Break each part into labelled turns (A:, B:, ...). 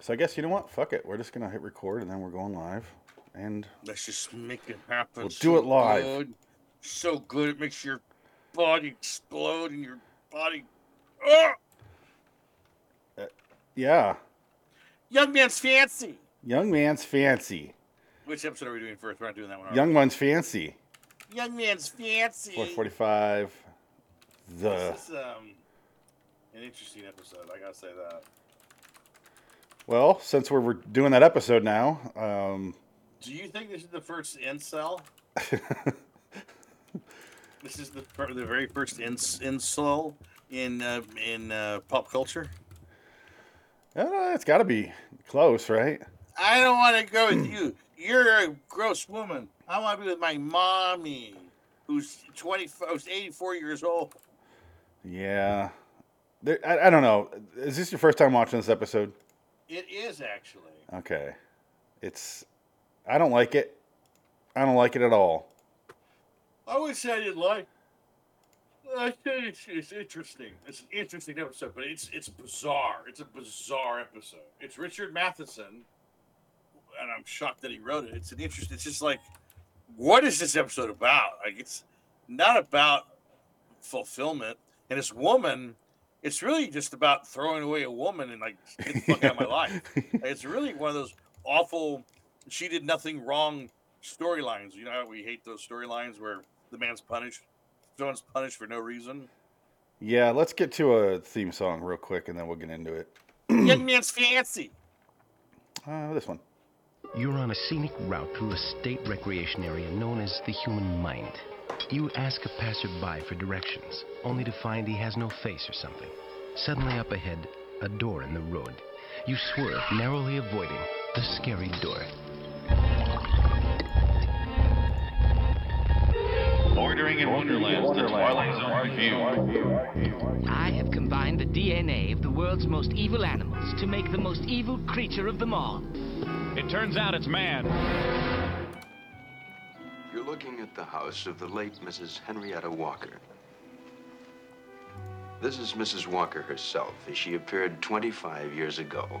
A: So I guess you know what? Fuck it. We're just gonna hit record and then we're going live, and
B: Let's just make it happen.
A: We'll do it live.
B: Good. So good it makes your body explode and your body. Oh,
A: yeah,
B: young man's fancy.
A: young man's fancy.
B: Which episode are we doing first? We're not doing that one. are
A: Young man's fancy.
B: we? young man's fancy.
A: Four uh, forty-five. The
B: This is um, an interesting episode. I gotta say that.
A: well, since we're, we're doing that episode now, um,
B: Do you think this is the first incel? This is the fir- the very first ins- incel in uh, in uh, pop culture.
A: uh, it's got to be close, right?
B: I don't want to go with you. You're a gross woman. I want to be with my mommy, who's twenty, who's eighty-four years old.
A: Yeah. There, I, I don't know. Is this your first time watching this episode?
B: It is actually.
A: Okay. It's. I don't like it. I don't like it at all.
B: I would say I didn't like. I think it's, it's interesting. It's an interesting episode, but it's it's bizarre. It's a bizarre episode. It's Richard Matheson, and I'm shocked that he wrote it. It's an interest. It's just like, what is this episode about? Like, it's not about fulfillment. And this woman, it's really just about throwing away a woman and like get the fuck out of my life. Like, it's really one of those awful. She did nothing wrong storylines. You know how we hate those storylines where the man's punished, someone's punished for no reason.
A: Yeah, let's get to a theme song real quick, and then we'll get into it.
B: Young man's fancy.
A: Uh, this one.
C: You're on a scenic route through a state recreation area known as the human mind. You ask a passerby for directions, only to find he has no face or something. Suddenly up ahead, a door in the road. You swerve, narrowly avoiding the scary door.
D: Bordering in Wonderland, the Twilight Zone review.
E: I have combined the DNA of the world's most evil animals to make the most evil creature of them all.
D: It turns out it's man.
F: You're looking at the house of the late Mrs. Henrietta Walker. This is Mrs. Walker herself as she appeared 25 years ago.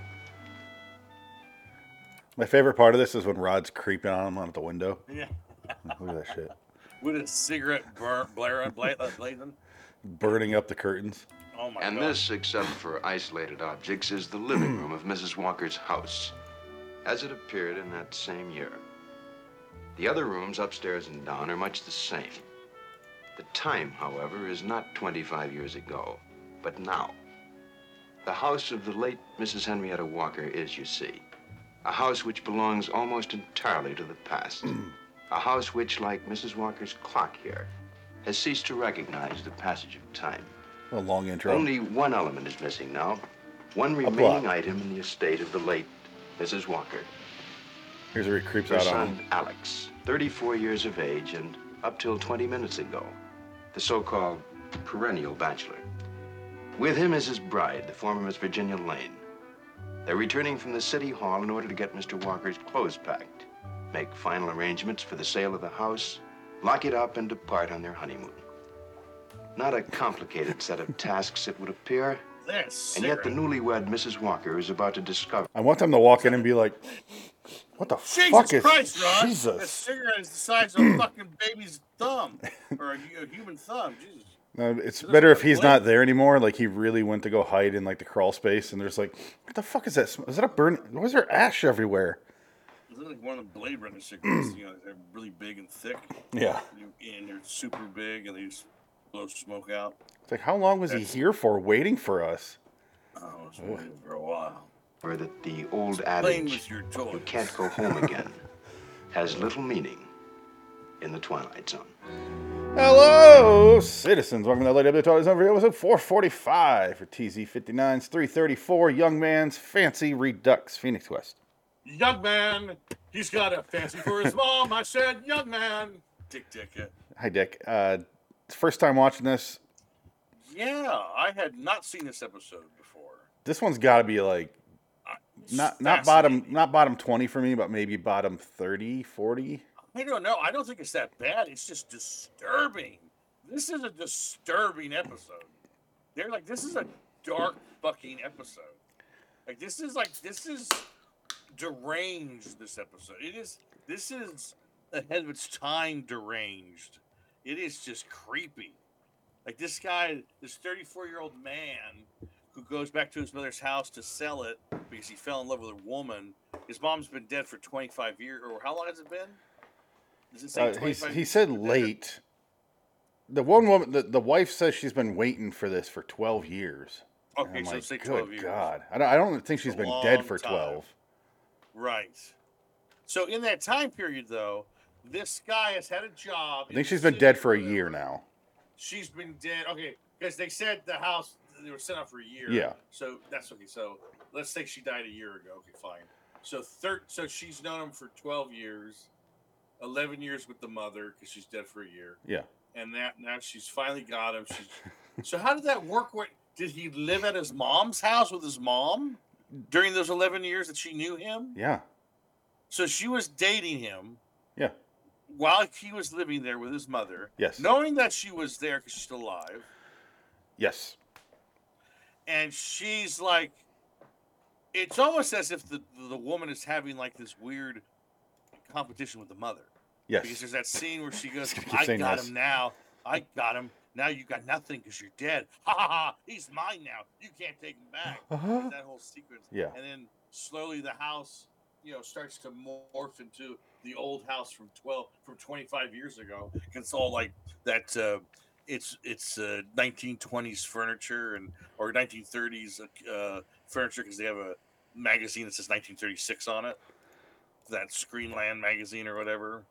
A: My favorite part of this is when Rod's creeping on him out the window.
B: Yeah.
A: Look at that shit.
B: With a cigarette burn, blare, bla- uh, blazing.
A: Burning up the curtains.
B: Oh my
F: And
B: god.
F: this, except for isolated objects, is the living room of Mrs. Walker's house, as it appeared in that same year. The other rooms upstairs and down are much the same. The time, however, is not 25 years ago, but now. The house of the late Mrs. Henrietta Walker is, you see, a house which belongs almost entirely to the past. a house which, like Mrs. Walker's clock here, has ceased to recognize the passage of time.
A: A long intro.
F: Only one element is missing now. One
A: plot.
F: remaining item in the estate of the late Mrs. Walker.
A: Here's where he creeps
F: Her
A: out on him.
F: son, Alex, 34 years of age and up till 20 minutes ago, the so called perennial bachelor. With him is his bride, the former Miss Virginia Lane. They're returning from the city hall in order to get Mr. Walker's clothes packed, make final arrangements for the sale of the house, lock it up, and depart on their honeymoon. Not a complicated set of tasks, it would appear,
B: This.
F: and yet the newlywed Mrs. Walker is about to discover.
A: I want them to walk in and be like, "What the fuck
B: Jesus
A: is
B: Christ, Ron! A
A: Jesus?"
B: cigarette is the size of a fucking baby's thumb, or a, hu- a human thumb. Jesus.
A: No, it's
B: This is
A: better
B: a
A: if he's
B: blend.
A: not there anymore. Like he really went to go hide in like the crawl space, and there's like, "What the fuck is that? sm- Is that a burn? Why is there ash everywhere?"
B: It's like one of the Blade Runner cigarettes. you know, they're really big and thick,
A: Yeah.
B: and they're super big, and they just blow smoke out.
A: It's like, how long was he here for, waiting for us?
B: Oh, I was waiting for a while.
F: or that the old
B: Playing
F: adage,
B: with your
F: you
B: toys.
F: can't go home again, has little meaning in the Twilight Zone.
A: Hello, citizens. Welcome to the Lady Up Talk Zone for episode 445 for TZ59's 334 Young Man's Fancy Redux Phoenix West.
B: Young man, he's got a fancy for his mom. I said, young man. Dick Dick.
A: Hi, Dick. Uh, it's first time watching this.
B: Yeah, I had not seen this episode before.
A: This one's got to be like
B: It's
A: not not bottom
B: fascinating.
A: not bottom 20 for me, but maybe bottom 30, 40.
B: I don't know. I don't think it's that bad. It's just disturbing. This is a disturbing episode. They're like, this is a dark fucking episode. Like this is like this is deranged. This episode. It is. This is ahead of its time. Deranged. It is just creepy. Like this guy, this 34 year old man who goes back to his mother's house to sell it because he fell in love with a woman. His mom's been dead for 25 years, or how long has it been? Does it say
A: Uh, he,
B: 25
A: he said
B: years?
A: late. The one woman, the, the wife says she's been waiting for this for 12 years.
B: Okay,
A: I'm
B: so
A: like,
B: say
A: good
B: 12 years.
A: God. I don't, I don't think she's
B: a
A: been dead
B: long
A: for
B: time.
A: 12.
B: Right. So in that time period, though, this guy has had a job.
A: I think she's been dead for a year now.
B: She's been dead. Okay, because they said the house they were set up for a year.
A: Yeah.
B: So that's okay. So let's say she died a year ago. Okay, fine. So thir- So she's known him for twelve years, eleven years with the mother because she's dead for a year,
A: Yeah.
B: and that now she's finally got him. She's. so how did that work? What did he live at his mom's house with his mom during those eleven years that she knew him?
A: Yeah.
B: So she was dating him
A: Yeah.
B: while he was living there with his mother.
A: Yes.
B: Knowing that she was there because she's still alive.
A: Yes.
B: and she's like it's almost as if the the woman is having like this weird competition with the mother because
A: Yes.
B: there's that scene where she goes
A: Keep
B: i
A: saying
B: got
A: this.
B: him now i got him now you got nothing because you're dead ha ha ha he's mine now you can't take him back
A: Uh-huh.
B: that whole sequence
A: Yeah.
B: and then slowly the house you know starts to morph into the old house from 12 from 25 years ago 'Cause it's all like that uh it's it's uh 1920s furniture and or 1930s uh furniture because they have a magazine that says 1936 on it that screenland magazine or whatever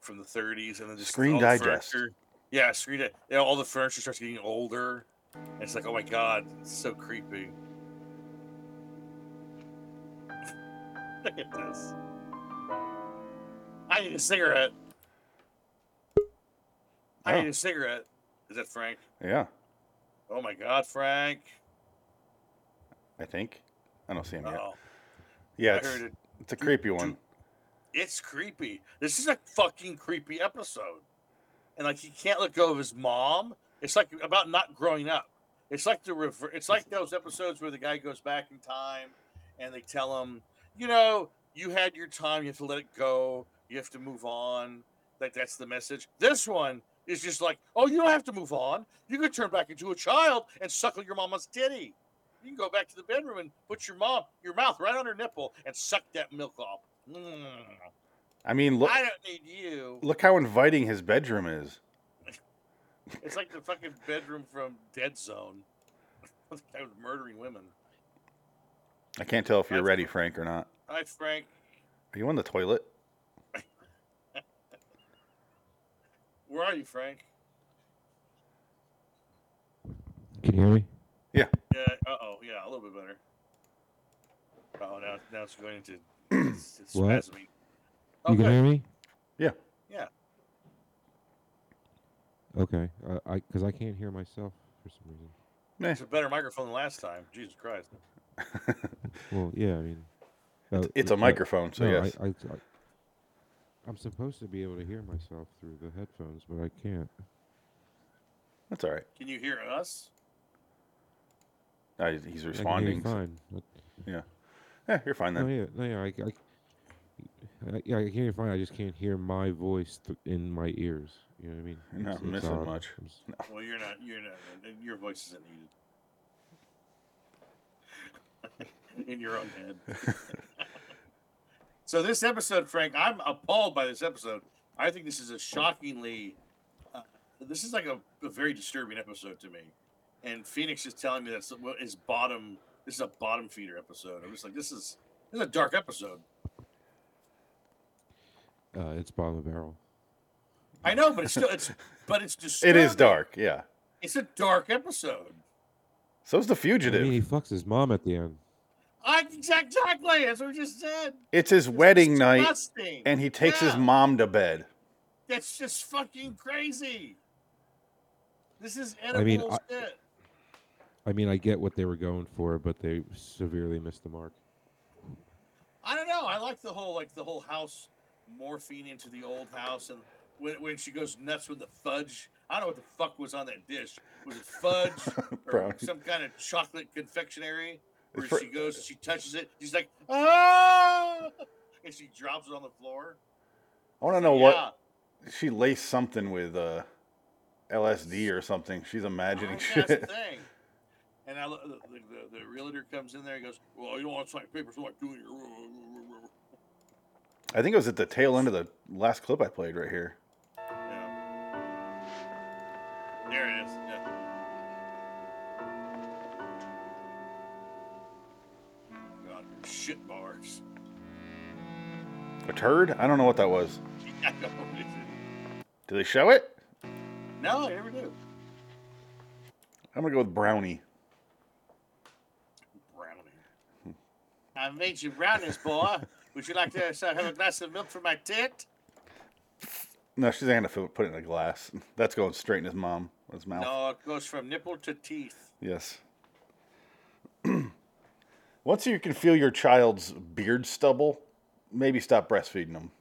B: from the 30s and then just
A: Screen
B: all the
A: Digest.
B: furniture- yeah screen Di- yeah, all the furniture starts getting older and it's like oh my god it's so creepy Look at this. I need a cigarette. I
A: Yeah.
B: need a cigarette. Is that Frank?
A: Yeah.
B: Oh my God, Frank!
A: I think. I don't see him yet.
B: Oh,
A: Yeah.
B: I
A: It's,
B: heard it.
A: it's a creepy one.
B: It's creepy. This is a fucking creepy episode, and like he can't let go of his mom. It's like about not growing up. It's like the rever- It's like those episodes where the guy goes back in time, and they tell him, you know, you had your time. You have to let it go. You have to move on. Like that's the message. This one is just like, oh, you don't have to move on. You could turn back into a child and suckle your mama's titty. You can go back to the bedroom and put your mom, your mouth right on her nipple and suck that milk off. Mm.
A: I mean, look,
B: I don't need you.
A: look how inviting his bedroom is.
B: It's like the fucking bedroom from Dead Zone. I was murdering women.
A: I can't tell if you're
B: That's-
A: ready, Frank, or not.
B: Hi, Frank.
A: Are you on the toilet?
B: Where are you, Frank?
G: Can you hear me?
B: Yeah. Uh oh. Yeah, a little bit better. Oh, now, now it's going into it's, it's
G: What?
B: spasming. Oh,
G: You can
B: good.
G: hear me?
A: Yeah.
B: Yeah.
G: Okay, uh, I because I can't hear myself for some reason.
A: Eh.
B: It's a better microphone than last time. Jesus Christ.
G: Well, yeah, I mean, uh,
A: It's
G: no,
A: a microphone, so
G: no,
A: yes.
G: I, I, I, I'm supposed to be able to hear myself through the headphones, but I can't.
A: That's all right.
B: Can you hear us?
A: I, he's
G: I can hear you
A: responding. so-
G: fine. but-
A: Eh, you're fine
G: No,
A: then.
G: yeah, no, yeah, I, c- I c- I- yeah, I can hear you fine. I just can't hear my voice th- in my ears. You know what I mean?
A: You're not missing
G: odd.
A: much.
G: I'm s-
B: Well, you're not. You're not. and Your voice isn't needed. In your own head. so this episode, Frank, I'm appalled by this episode. I think this is a shockingly. Uh, this is like a, a very disturbing episode to me, and Phoenix is telling me that's what is bottom. This is a bottom feeder episode. I'm just like, this is this is a dark episode.
G: Uh, it's bottom of the barrel.
B: I know, but it's still it's but it's
A: It
B: disturbing.
A: is dark, yeah.
B: It's a dark episode.
A: So's the
G: I
A: fugitive.
G: mean, he fucks his mom at the end.
B: I exactly. That's what I just said.
A: it's his
B: It's
A: wedding night,
B: disgusting.
A: and he takes his
B: Yeah,
A: mom to bed.
B: That's just fucking crazy. This is edible
G: I mean,
B: shit.
G: I mean, I get what they were going for, but they severely missed the mark.
B: I don't know. I like the whole like the whole house morphing into the old house, and when, when she goes nuts with the fudge. I don't know what the fuck was on that dish. Was it fudge or
A: Brownie.
B: some kind of chocolate confectionery? where
A: fir-
B: she goes and she touches it. She's like, ah, and she drops it on the floor.
A: I want to know
B: Yeah.
A: what she laced something with uh, LSD or something. She's imagining
B: Oh, that's the
A: shit.
B: thing. And I, look- the, the, the, the realtor comes in there and goes, "Well, you don't want to sign papers, so I do it."
A: I think it was at the tail end of the last clip I played right here.
B: Yeah. There it is. Yeah. God, shit bars.
A: A turd? I don't know what that was.
B: I know what it is.
A: Do they show it?
B: no, I never do.
A: I'm gonna go with brownie.
B: Brownie. I made you brownies, boy. Would you like to uh, have a glass of milk for my tit?
A: No, she's gonna fi- put it in a glass. That's going straight in his mom, his mouth.
B: No, it goes from nipple to teeth.
A: Yes. Once you can feel your child's beard stubble, maybe stop breastfeeding them.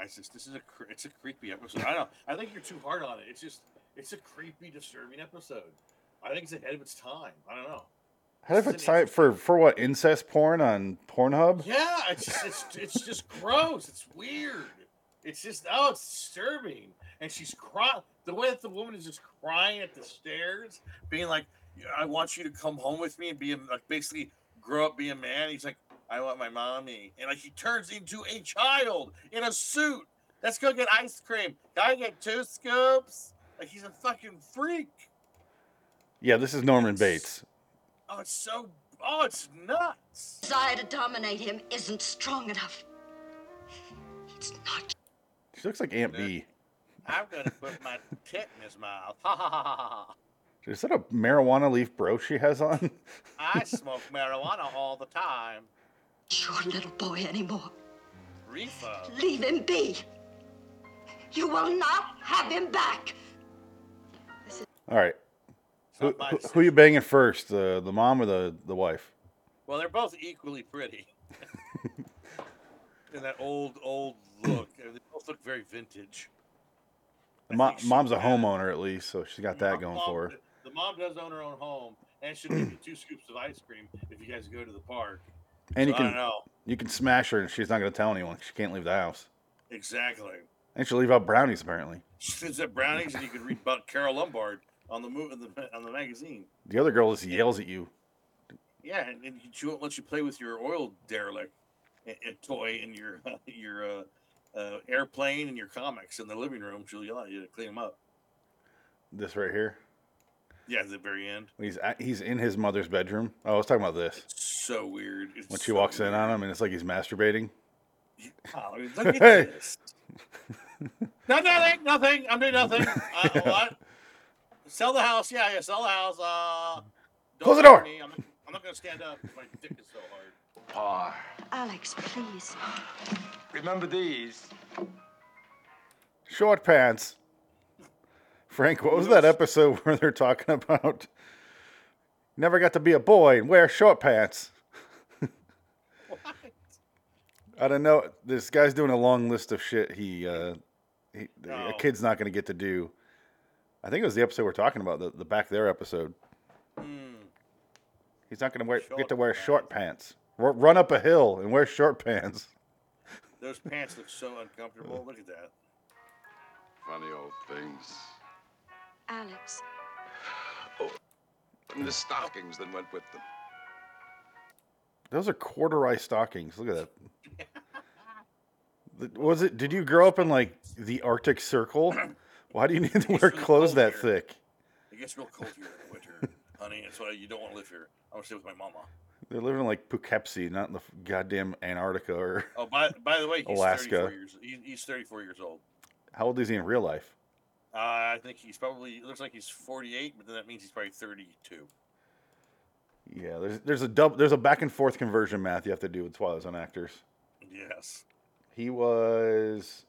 B: I just this is a cre- it's a creepy episode. I don't. I think you're too hard on it. It's just it's a creepy, disturbing episode. I think it's ahead of its time. I don't know.
A: How if
B: This
A: it's
B: is an
A: time for for what incest porn on Pornhub?
B: Yeah, it's just, it's it's just gross. It's weird. It's just oh, it's disturbing. And she's crying. The way that the woman is just crying at the stairs, being like, "I want you to come home with me and be a, like basically grow up, be a man." He's like, "I want my mommy," and like he turns into a child in a suit. Let's go get ice cream. Can I get two scoops? Like he's a fucking freak.
A: Yeah, this is Norman Bates.
B: Oh, it's so. Oh, it's nuts.
H: desire to dominate him isn't strong enough. It's not
A: She looks like Aunt B.
B: I'm gonna put my tit in his mouth. Ha ha ha ha ha.
A: Is that a marijuana leaf bro she has on?
B: I smoke marijuana all the time.
H: your little boy anymore.
B: Reefer.
H: Leave him be. You will not have him back.
A: All right.
B: It's
A: Who,
B: not my
A: who, who
B: decision.
A: you banging first, the the mom or the, the wife?
B: Well, they're both equally pretty. In that old, old look. They both look very vintage.
A: The mo-
B: think she-
A: mom's a
B: yeah.
A: homeowner at least, so she's got that
B: Mom-
A: going
B: mom-
A: for her.
B: The mom does own her own home and should give you two scoops of ice cream if you guys go to the park.
A: And you
B: So I don't
A: can
B: know.
A: you can smash her, and she's not going to tell anyone. She can't leave the house,
B: Exactly.
A: and she'll leave out brownies apparently.
B: She's at Brownies and you could read about Carol Lombard on the movie, on the magazine.
A: The other girl just yells at you.
B: Yeah, and, and she won't let you play with your oil derelict a, a toy and your your uh, uh, airplane and your comics in the living room. She'll yell at you to clean them up.
A: This right here.
B: Yeah, at the very end.
A: He's at, he's in his mother's bedroom. Oh, I was talking about this
B: So weird. It's
A: when she
B: so
A: walks in
B: weird.
A: on him, and it's like he's masturbating.
B: Oh, look at
A: Hey.
B: this. no, nothing, nothing. I'm doing nothing. Uh, what? Sell the house. Yeah, yeah, sell the house. Uh, don't
A: Close the door.
B: hurt me. I'm, I'm not going to stand up. My dick is so hard.
F: Pa,
H: Alex, please.
F: remember these?
A: Short pants. Frank, what was that episode where they're talking about? Never got to be a boy and wear short pants. I don't know. This guy's doing a long list of shit he, uh, he a
B: No.
A: kid's not going to get to do. I think it was the episode we're talking about, the, the back there episode. He's not going to wear get
B: Short
A: to wear Hmm. short pants. R- run up a hill and wear short pants.
B: Those pants look so uncomfortable. Look at that.
F: Funny old things.
H: Alex.
F: And the stockings that went with them.
A: Those are corduroy stockings. Look at that. Th- Was it? Did you grow up in like the Arctic Circle? Why do you need to wear
B: really
A: clothes
B: cold
A: that
B: here.
A: thick?
B: It gets real cold here in the winter, honey. That's why you don't want to live here. I want to stay with my mama.
A: They're living in like Poughkeepsie, not in the f- goddamn Antarctica. Or
B: Oh, by, by the way, he's
A: Alaska.
B: 34 years. He, he's 34 years old.
A: how old is he in real life?
B: Uh, I think he's probably it looks like he's 48, but then that means he's probably 32.
A: Yeah, there's there's a double there's a back and forth conversion math you have to do with Twilight Zone actors.
B: Yes.
A: He was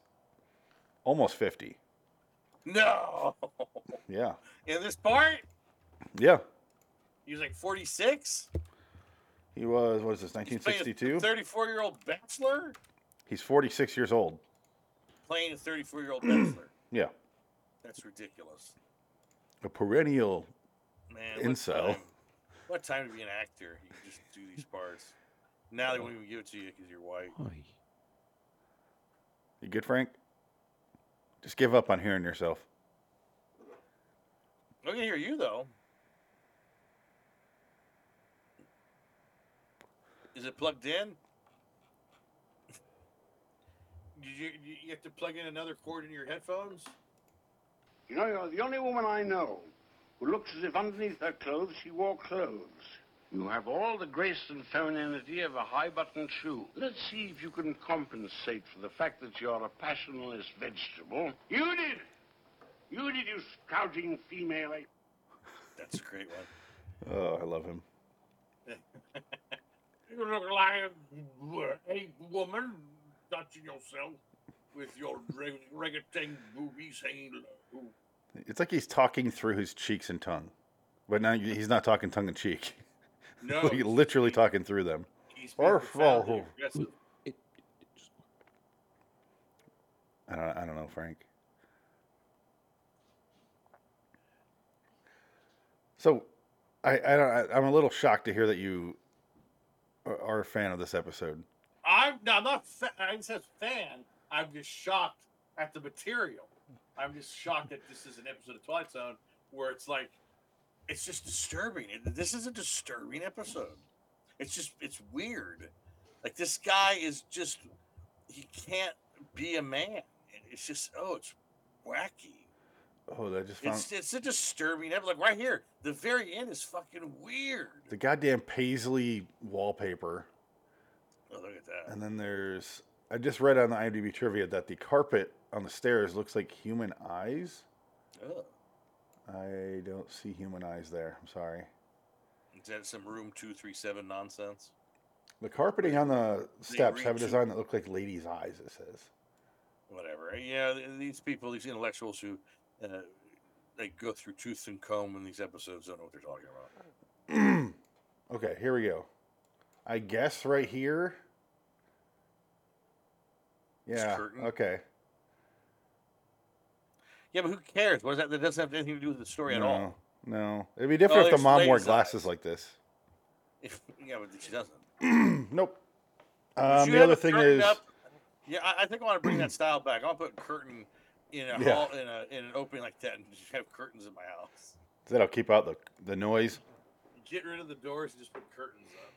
A: almost fifty.
B: No.
A: Yeah,
B: In this part,
A: yeah.
B: he was like 46.
A: He was what is this
B: He's playing a
A: 1962?
B: 34 year old bachelor
A: He's 46 years old.
B: playing a 34 year old bachelor.
A: Yeah,
B: That's ridiculous,
A: a perennial
B: man. what
A: Incel.
B: time- What time to be an actor? You can just do these parts. Now they won't even give it to you because you're white.
G: Why?
A: You good, Frank? Just give up on hearing yourself.
B: I'm gonna hear you though. Is it plugged in? You, you, you have to plug in another cord in your headphones?
I: You know, you're the only woman I know who looks as if underneath her clothes she wore clothes. You have all the grace and femininity of a high button shoe. Let's see if you can compensate for the fact that you're a passionless vegetable. You did! You did, you scouting female.
B: That's a great one.
A: Oh, I love him.
B: You look like a woman touching yourself with your reg- reggaeton boobies hanging low.
A: It's like he's talking through his cheeks and tongue, but now he's not talking tongue in cheek.
B: No,
A: He's literally talking through them.
B: he's being
A: Or
B: profoundly
A: fall.
B: aggressive.
A: I don't, I don't know, Frank. So, I, I don't, I, I'm a little shocked to hear that you are- are a fan of this episode.
B: I'm, no, I'm not. Fa- I didn't say I was a fan. I'm just shocked at the material. I'm just shocked that this is an episode of Twilight Zone where it's like, it's just disturbing. It- This is a disturbing episode. It's just, it's weird. Like this guy is just, he can't be a man. It's just, oh, it's wacky.
A: Oh, I just found
B: It's it's a disturbing episode. Like right here, the very end is fucking weird.
A: the goddamn paisley wallpaper,
B: Oh, look at that.
A: and then there's. I just read on the IMDb trivia that the carpet on the stairs looks like human eyes.
B: Oh,
A: I don't see human eyes there. I'm sorry.
B: is that some room two three seven nonsense?
A: The carpeting on the steps
B: read
A: have a
B: too-
A: design that looked like ladies' eyes. It says.
B: whatever. Yeah, th- these people, these intellectuals who uh, they go through tooth and comb in these episodes don't know what they're talking about.
A: okay, here we go. I guess right here.
B: This
A: Yeah.
B: curtain?
A: Okay.
B: Yeah, but who cares? What is that? That doesn't have anything to do with the story at all.
A: No, no. It'd be different if the
B: there's
A: mom wore
B: ladies'
A: glasses like this.
B: If, yeah, but she doesn't.
A: Nope.
B: But
A: Um,
B: you
A: the
B: have
A: other
B: a
A: thing
B: curtain
A: is,
B: up- yeah, I, I think I want to bring that style back. I'll put curtain in a
A: Yeah.
B: hall in a in an opening like that, and just have curtains in my house.
A: that'll keep out the the noise.
B: Get rid of the doors and just put curtains up.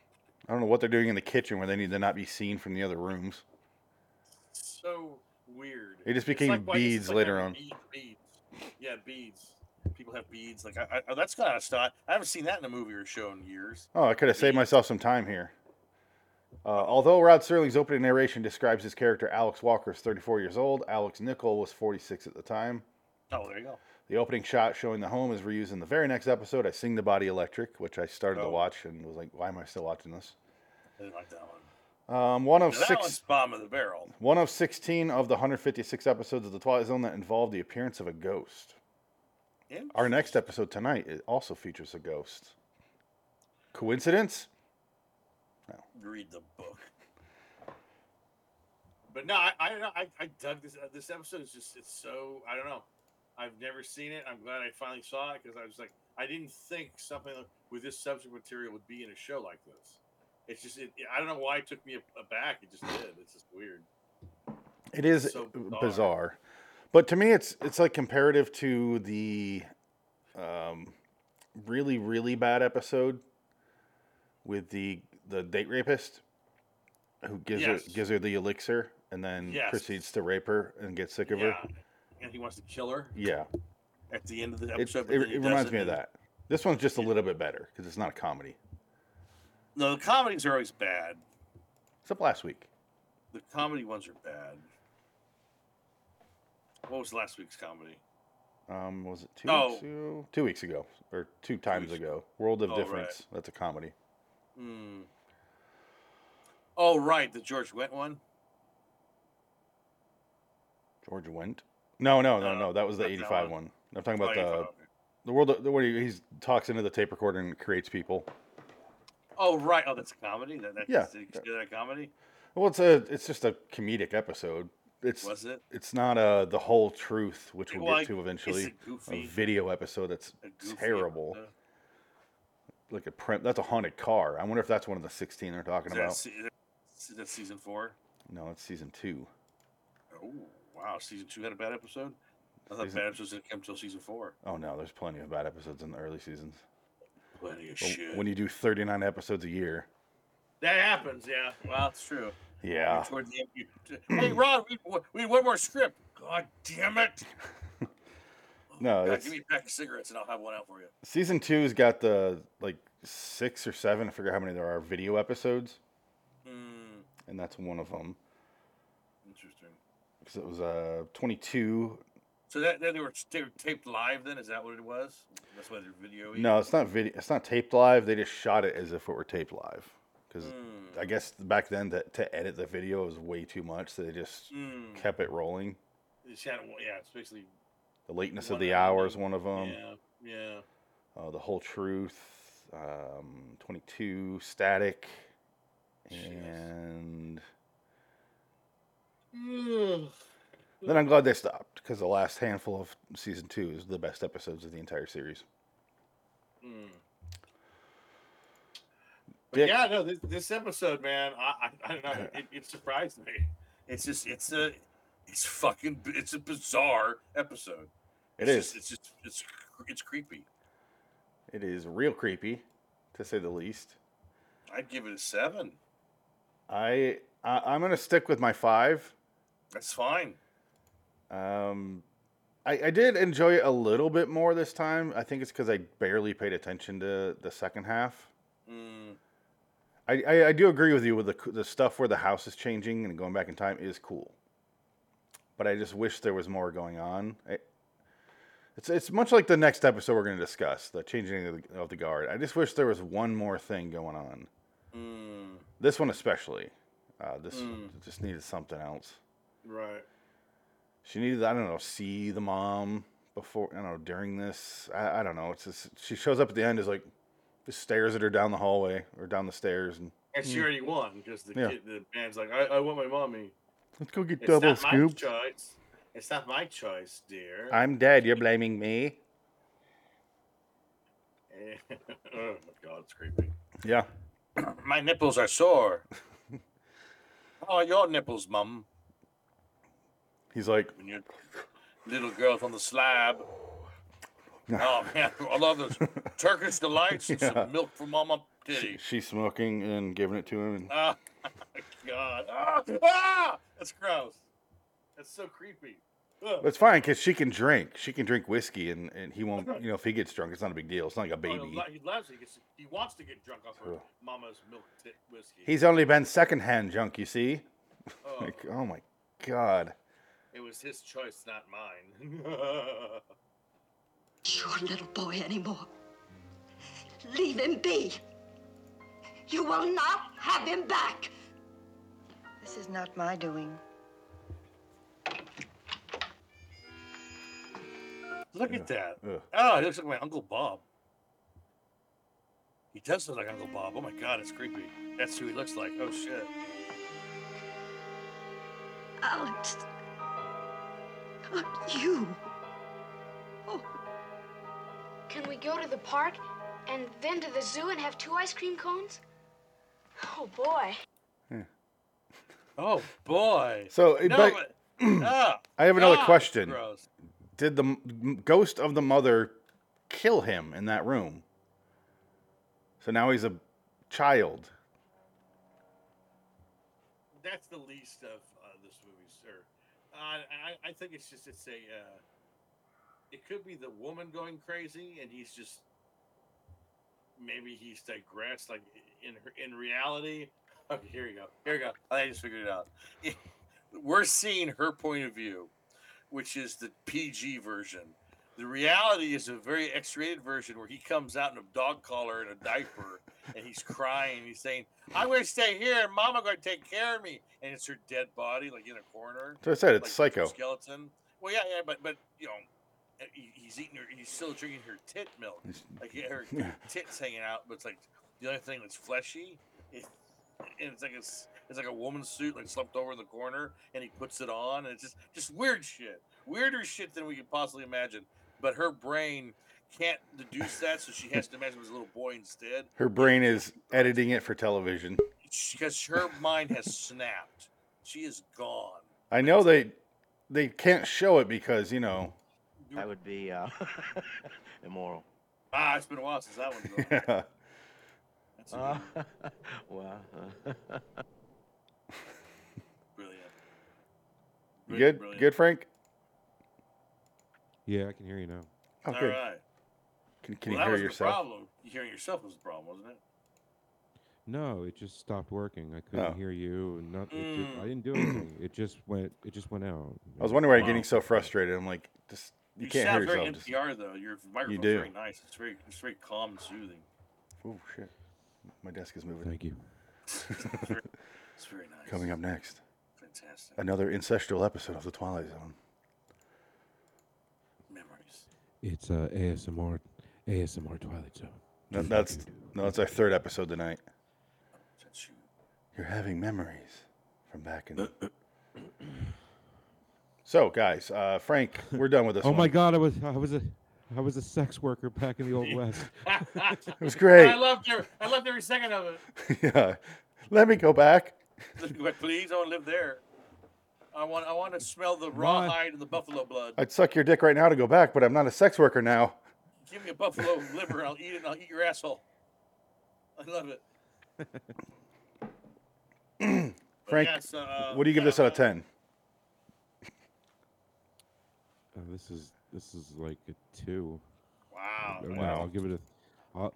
A: I don't know what they're doing in the kitchen where they need to not be seen from the other rooms.
B: so weird.
A: It just
B: It's
A: became
B: why- it's
A: beads later
B: having
A: on.
B: bead- beads. Yeah, beads. People have beads. Like I, I, that's kind of style. I haven't seen that in a movie or show in years.
A: Oh, I could have saved myself some time here. Uh, although Rod Serling's opening narration describes his character Alex Walker as 34 years old, Alex Nickel was 46 at the time.
B: Oh, there you go.
A: The opening shot showing the home is reused in the very next episode. I sing the body electric, which I started to
B: Oh.
A: watch and was like, why am I still watching this?
B: I didn't like that one.
A: Um, one of
B: Now, that one's
A: six,
B: bomb of the barrel.
A: one of 16 of the 156 episodes of the Twilight Zone that involved the appearance of a ghost.
B: In-
A: Our next episode tonight it also features a ghost. Coincidence?
B: read the book. But no, I, I don't know. I, I dug this. Uh, this episode is just it's so I don't know. I've never seen it. I'm glad I finally saw it because I was like I didn't think something like- with this subject material would be in a show like this. It's just it, I don't know why it took me ab- aback. It just did. It's just weird.
A: It is
B: So
A: bizarre.
B: bizarre.
A: But to me it's it's like comparative to the um, really really bad episode with the the date rapist who gives
B: Yes.
A: her gives her the elixir and then
B: Yes.
A: proceeds to rape her and get sick of
B: Yeah,
A: her.
B: and he wants to kill her
A: Yeah.
B: at the end of the
A: It,
B: episode. but
A: it,
B: then he
A: it reminds
B: doesn't,
A: me of
B: and-
A: that. This one's just a little bit better because it's not a comedy.
B: No, the comedies are always bad.
A: Except last week.
B: The comedy ones are bad. What was last week's comedy?
A: Um, was it two
B: Oh.
A: weeks ago? Two weeks ago, or two times
B: weeks
A: ago. World of
B: Oh, right.
A: Difference. That's a comedy.
B: Hmm. Oh right, the George Went one.
A: George Went. No, no, no,
B: No,
A: no. That was the
B: not that
A: '85
B: one.
A: one. I'm talking about
B: oh, you
A: the
B: found it.
A: the world of, the where he he's- talks into the tape recorder and creates people.
B: Oh, right. Oh, that's a comedy. That, that's,
A: Yeah.
B: Did you consider that a comedy?
A: Well, it's a it's just a comedic episode. It's
B: Was it?
A: it's not uh the whole truth, which we'll
B: Well,
A: get to
B: It's
A: eventually.
B: a goofy, uh,
A: A video episode that's
B: a goofy
A: terrible.
B: episode.
A: like a print. That's a haunted car. I wonder if that's one of the sixteen they're talking
B: Is
A: about.
B: that, se- is that season four?
A: no, it's season two.
B: Oh wow, season two had a bad episode. I thought
A: Season-
B: bad episodes didn't come until season four.
A: Oh no, there's plenty of bad episodes in the early seasons.
B: Plenty of
A: But
B: shit.
A: when you do 39 episodes a year,
B: that happens, yeah. Well, it's true.
A: yeah,
B: Toward the end, you, hey, Ron, we, we need one more script. God damn it!
A: no,
B: God,
A: it's,
B: give me a pack of cigarettes and I'll have one out for you.
A: season two's got the like six or seven. I forget how many there are video episodes,
B: Mm,
A: and that's one of them
B: interesting.
A: because it was uh 22.
B: So that, that they were they were taped live then? Is that what it was? That's why they're video.
A: No, it's not video. It's not taped live. They just shot it as if it were taped live because
B: Hmm.
A: I guess back then to, to edit the video was way too much, so they just
B: Mm,
A: kept it rolling.
B: the channel, yeah, it's basically.
A: The lateness
B: One
A: of the
B: of 'em,
A: hour is
B: yeah.
A: one of them.
B: yeah, yeah.
A: uh, the whole truth, um, 22, static,
B: Jeez.
A: and then I'm glad they stopped because the last handful of season two is the best episodes of the entire series.
B: Mm.
A: Dick.
B: But yeah, no, this, this episode, man, I, I, I don't know, it, it surprised me. It's just, it's a, it's fucking, b- it's a bizarre episode.
A: It
B: it's
A: is.
B: Just, it's just, it's, cr- it's creepy.
A: It is real creepy, to say the least.
B: I'd give it a seven.
A: I, I I'm gonna stick with my five.
B: That's fine.
A: Um, I, I did enjoy it a little bit more this time. I think it's because I barely paid attention to the second half.
B: Mm,
A: I, I, I do agree with you with the, c- the stuff where the house is changing and going back in time is cool. But I just wish there was more going on. I, it's, it's much like the next episode we're going to discuss, the changing of the, of the guard. I just wish there was one more thing going on.
B: mm,
A: This one especially. Uh, this
B: Mm.
A: just needed something else.
B: right.
A: She needed, I don't know, see the mom before, I don't know, during this. I, I don't know. It's just, she shows up at the end is like, just stares at her down the hallway or down the stairs and
B: And she already won because the
A: Yeah.
B: kid, the man's like, I, I want my mommy.
A: let's go get
B: It's
A: double
B: not
A: scoop.
B: my choice. It's not my choice, dear.
A: I'm dead. You're blaming me.
B: oh my god, it's creepy.
A: Yeah.
B: My nipples are sore. How are your nipples, mum?
A: He's like,
B: When your little girl's on the slab. Oh man, I love those Turkish delights and
A: Yeah.
B: some milk from Mama Titty.
A: she's smoking and giving it to him. And
B: Oh my god. Ah, ah! That's gross. That's so creepy. Ugh.
A: but it's fine because she can drink. She can drink whiskey, and, and he won't. You know, if he gets drunk, it's not a big deal. It's not like a
B: Oh,
A: baby.
B: he li- he loves it. He, gets, he wants to get drunk off her
A: Ugh.
B: mama's milk tit whiskey.
A: He's only been secondhand junk, you see.
B: Oh,
A: Like, oh my god.
B: it was his choice, not mine.
H: your little boy anymore. Leave him be. You will not have him back.
J: This is not my doing.
B: Look at that.
A: Ugh.
B: Oh, he looks like my Uncle Bob. He does look like Uncle Bob. Oh my god, it's creepy. That's who he looks like. Oh shit.
H: Alex. Not you. Oh,
J: Can we go to the park and then to the zoo and have two ice cream cones? Oh boy.
B: Oh boy.
A: So, eh,
B: No,
A: but
B: but- Ah,
A: I have another
B: God,
A: question.
B: gross.
A: Did the m- m- ghost of the mother kill him in that room? So now he's a child.
B: That's the least of uh, this movie, sir. Uh, I, I think it's just it's a. Uh, it could be the woman going crazy, and he's just. Maybe he's digressed, like in her- in reality. Okay, here you go. Here you go. I just figured it out. We're seeing her point of view, which is the PG version. The reality is a very X-rated version where he comes out in a dog collar and a diaper, and he's crying. He's saying, I'm gonna stay here. and Mama gonna take care of me. And it's her dead body, like in a corner.
A: So I said
B: like,
A: it's psycho.
B: skeleton. Well, yeah, yeah, but but you know, uh, he, he's eating her. He's still drinking her tit milk. Like yeah, her tits hanging out, but it's like the only thing that's fleshy. It, and it's like it's it's like a woman's suit, like slumped over in the corner, and he puts it on, and it's just just weird shit, weirder shit than we could possibly imagine. But her brain can't deduce that, so she has to imagine it was a little boy instead.
A: Her brain is editing it for television.
B: Because her mind has snapped. She is gone.
A: I know they they can't show it because you know
K: That would be uh, immoral.
B: Ah, it's been a while since that one's on. That's a good
K: Uh,
B: one.
K: wow.
B: Brilliant.
A: You good, good, Frank.
G: Yeah, I can hear you now.
A: Oh,
B: All
A: good.
B: right.
A: Can, can
B: well,
A: you
B: that
A: hear
B: was The
A: yourself?
B: problem. You hearing yourself was the problem, wasn't it?
G: No, it just stopped working. I
A: Oh.
G: couldn't hear you. and Not, it just- I
B: Mm. Oh.
G: didn't do anything. It just went. It just went out.
A: I was wondering why you're
B: Wow.
A: getting so frustrated. I'm like, just you, can't
B: sound
A: hear
B: very
A: yourself. Just,
B: NPR though. Your microphone's
A: do.
B: very nice. It's very it's very calm and soothing.
A: oh shit, my desk is moving.
G: Thank you.
B: It's very, it's very nice.
A: Coming up next,
B: Fantastic
A: another incestual episode of the Twilight Zone.
B: memories.
G: It's uh, ASMR. ASMR Twilight Zone.
A: That, that's no, that's our third episode tonight.
B: That's you.
A: You're having memories from back in. so, guys, uh, Frank, we're done with this.
G: oh my
A: one.
G: God! I was. I was a. I was a sex worker back in the old west.
A: it was great.
B: I loved your I loved every second of it.
A: yeah, let me go back.
B: But Please, I want to live there. I want I want to smell the rawhide and the buffalo blood.
A: I'd suck your dick right now to go back, but I'm not a sex worker now.
B: Give me a buffalo liver, I'll eat it. and I'll eat your asshole. I love it. But
A: Frank,
B: yes, uh,
A: what do you give
B: yeah,
A: this out of ten?
G: Uh, this is. This is like a two.
B: Wow.
G: I don't know, I'll give it a. I'll,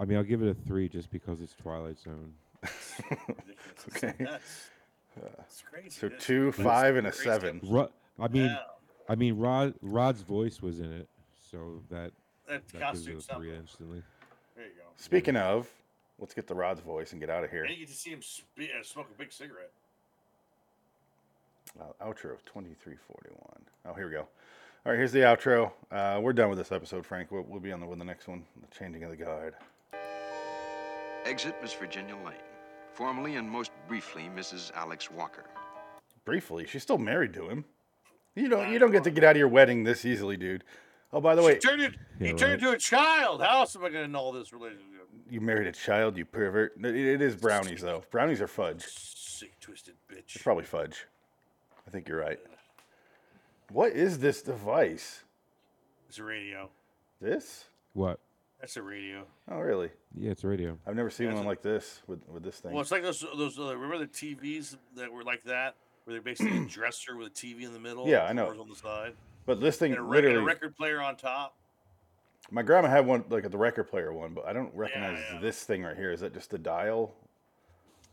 G: I mean, I'll give it a three just because it's Twilight Zone.
B: Ridiculous.
A: Okay. Uh,
B: That's, that's crazy.
A: So
B: That's
A: two,
B: crazy.
A: five, and a
B: Crazy.
A: seven.
G: Ro- I mean,
B: Yeah,
G: I mean, Rod. Rod's voice was in it, so that
B: that
G: that gives it
B: costume's
G: a three
B: something.
G: instantly.
B: There you go.
A: Speaking of, let's get the Rod's voice and get out of here.
B: And you get to see him spe- uh, smoke a big cigarette.
A: Uh, outro of twenty three forty one. Oh, here we go. All right, here's the outro. Uh, we're done with this episode, Frank. We'll, we'll be on the, with the next one, the changing of the guard.
F: Exit Miss Virginia Lane. Formerly and most briefly, Mrs. Alex Walker.
A: Briefly, she's still married to him. You don't you don't get to get out of your wedding this easily, dude. Oh, by the way,
B: She turned it,
G: Yeah,
B: he turned into a child. How else am I going to know this relationship?
A: you married a child, you pervert. It, it is brownies though. Brownies are fudge.
B: Sick, twisted bitch.
A: It's probably fudge. I think you're right. What is this device?
B: It's a radio.
A: This?
G: What?
B: That's a radio.
A: Oh, really?
G: Yeah, it's a radio.
A: I've never seen
B: That's
A: one
B: a-
A: like this with, with this thing.
B: Well, it's like those those uh, remember the TVs that were like that, where they're basically a dresser with a TV in the middle.
A: Yeah,
B: and
A: I know.
B: drawers on the side,
A: but this thing
B: and a, rec- and a
A: literally,
B: record player on top.
A: my grandma had one like the record player one, but I don't recognize
B: yeah.
A: this thing right here. Is that just the dial?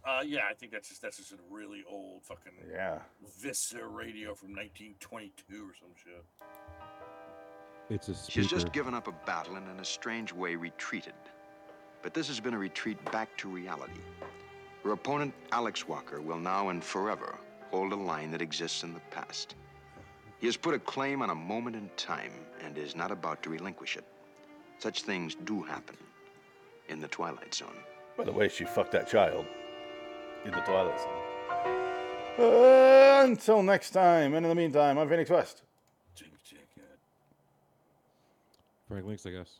B: Uh, yeah, I think that's just that's just a really old fucking
A: Yeah.
B: Vista radio from 1922 or some shit.
G: It's a
F: She's
G: speaker.
F: just given up a battle and in a strange way retreated. But this has been a retreat back to reality. Her opponent, Alex Walker, will now and forever hold a line that exists in the past. He has put a claim on a moment in time and is not about to relinquish it. Such things do happen in the Twilight Zone.
A: By the way, she fucked that child in the Twilight Zone. Uh, until next time, and in the meantime, I'm Phoenix West.
B: Jink, jink, uh,
G: Frank Links, I guess.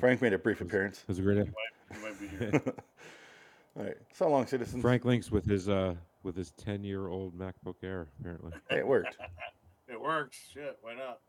A: Frank made a brief appearance.
G: It was a great. ep-
B: You might be here.
A: All right. So long, citizens.
G: Frank Links with his uh with his ten year old MacBook Air apparently.
A: Hey, it worked.
B: it works. Shit, why not?